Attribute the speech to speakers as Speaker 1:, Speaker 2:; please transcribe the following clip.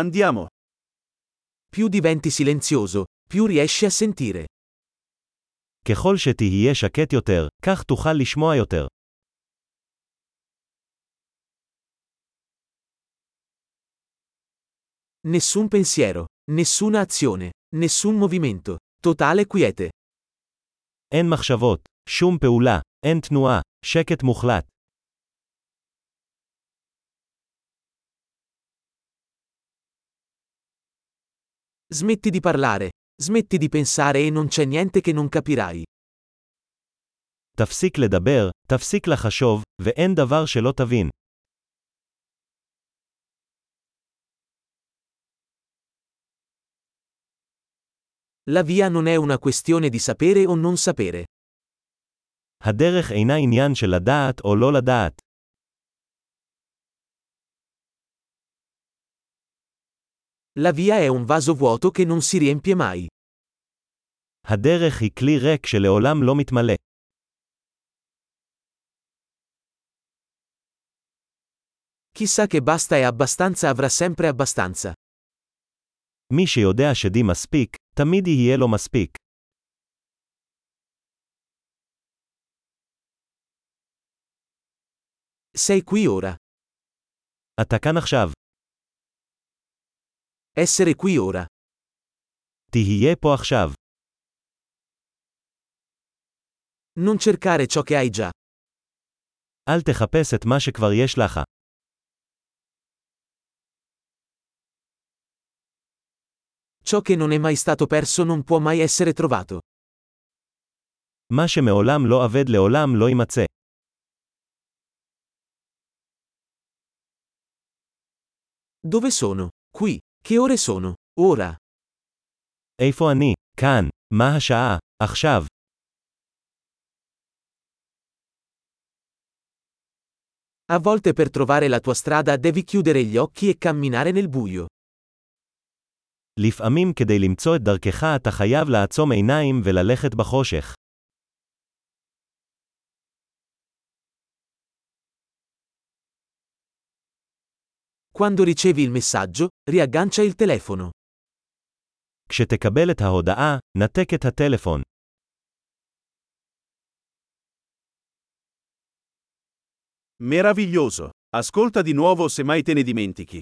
Speaker 1: Andiamo.
Speaker 2: più diventi silenzioso, più riesci a sentire.
Speaker 3: ככל שתהיה שקט יותר, כך תוכל לשמוע יותר.
Speaker 2: Nessun pensiero, nessuna azione, nessun movimento, totale quiete.
Speaker 3: אין מחשבות, שום פעולה, אין תנועה, שקט מוחלט.
Speaker 2: Smetti di parlare, smetti di pensare e non c'è niente che non capirai.
Speaker 3: תפסיק לדבר, תפסיק לחשוב, ואין דבר שלא תבין.
Speaker 2: La via non è una questione di sapere o non sapere.
Speaker 3: הדרך אינה עניין של לדעת או לא לדעת.
Speaker 2: La via è un vaso vuoto che non si riempie mai.
Speaker 3: הדרך היא כלי ריק שלעולם לא מתמלא.
Speaker 2: Chissà che basta e abbastanza avrà sempre abbastanza.
Speaker 3: מי שיודע שדי מספיק, תמיד יהיה לו מספיק.
Speaker 2: Sei qui ora.
Speaker 3: אתה כאן עכשיו,
Speaker 2: Essere qui ora.
Speaker 3: תהיה פה עכשיו.
Speaker 2: Non cercare ciò che hai già.
Speaker 3: אל תחפש את מה שכבר יש לך.
Speaker 2: Ciò che non è mai stato perso non può mai essere trovato.
Speaker 3: מה שמעולם לא אבד לעולם לא יימצא.
Speaker 2: Dove sono? Qui. Che ore sono? Ora.
Speaker 3: איפה אני? כאן. מה השעה? עכשיו.
Speaker 2: A volte per trovare la tua strada devi chiudere gli occhi e camminare nel buio.
Speaker 3: לפעמים כדי למצוא את דרכך אתה חייב לעצום עיניים וללכת בחושך.
Speaker 2: Quando ricevi il messaggio, riaggancia il telefono.
Speaker 3: כשתקבל את ההודעה, נתק את הטלפון.
Speaker 1: Meraviglioso. Ascolta di nuovo se mai te ne dimentichi.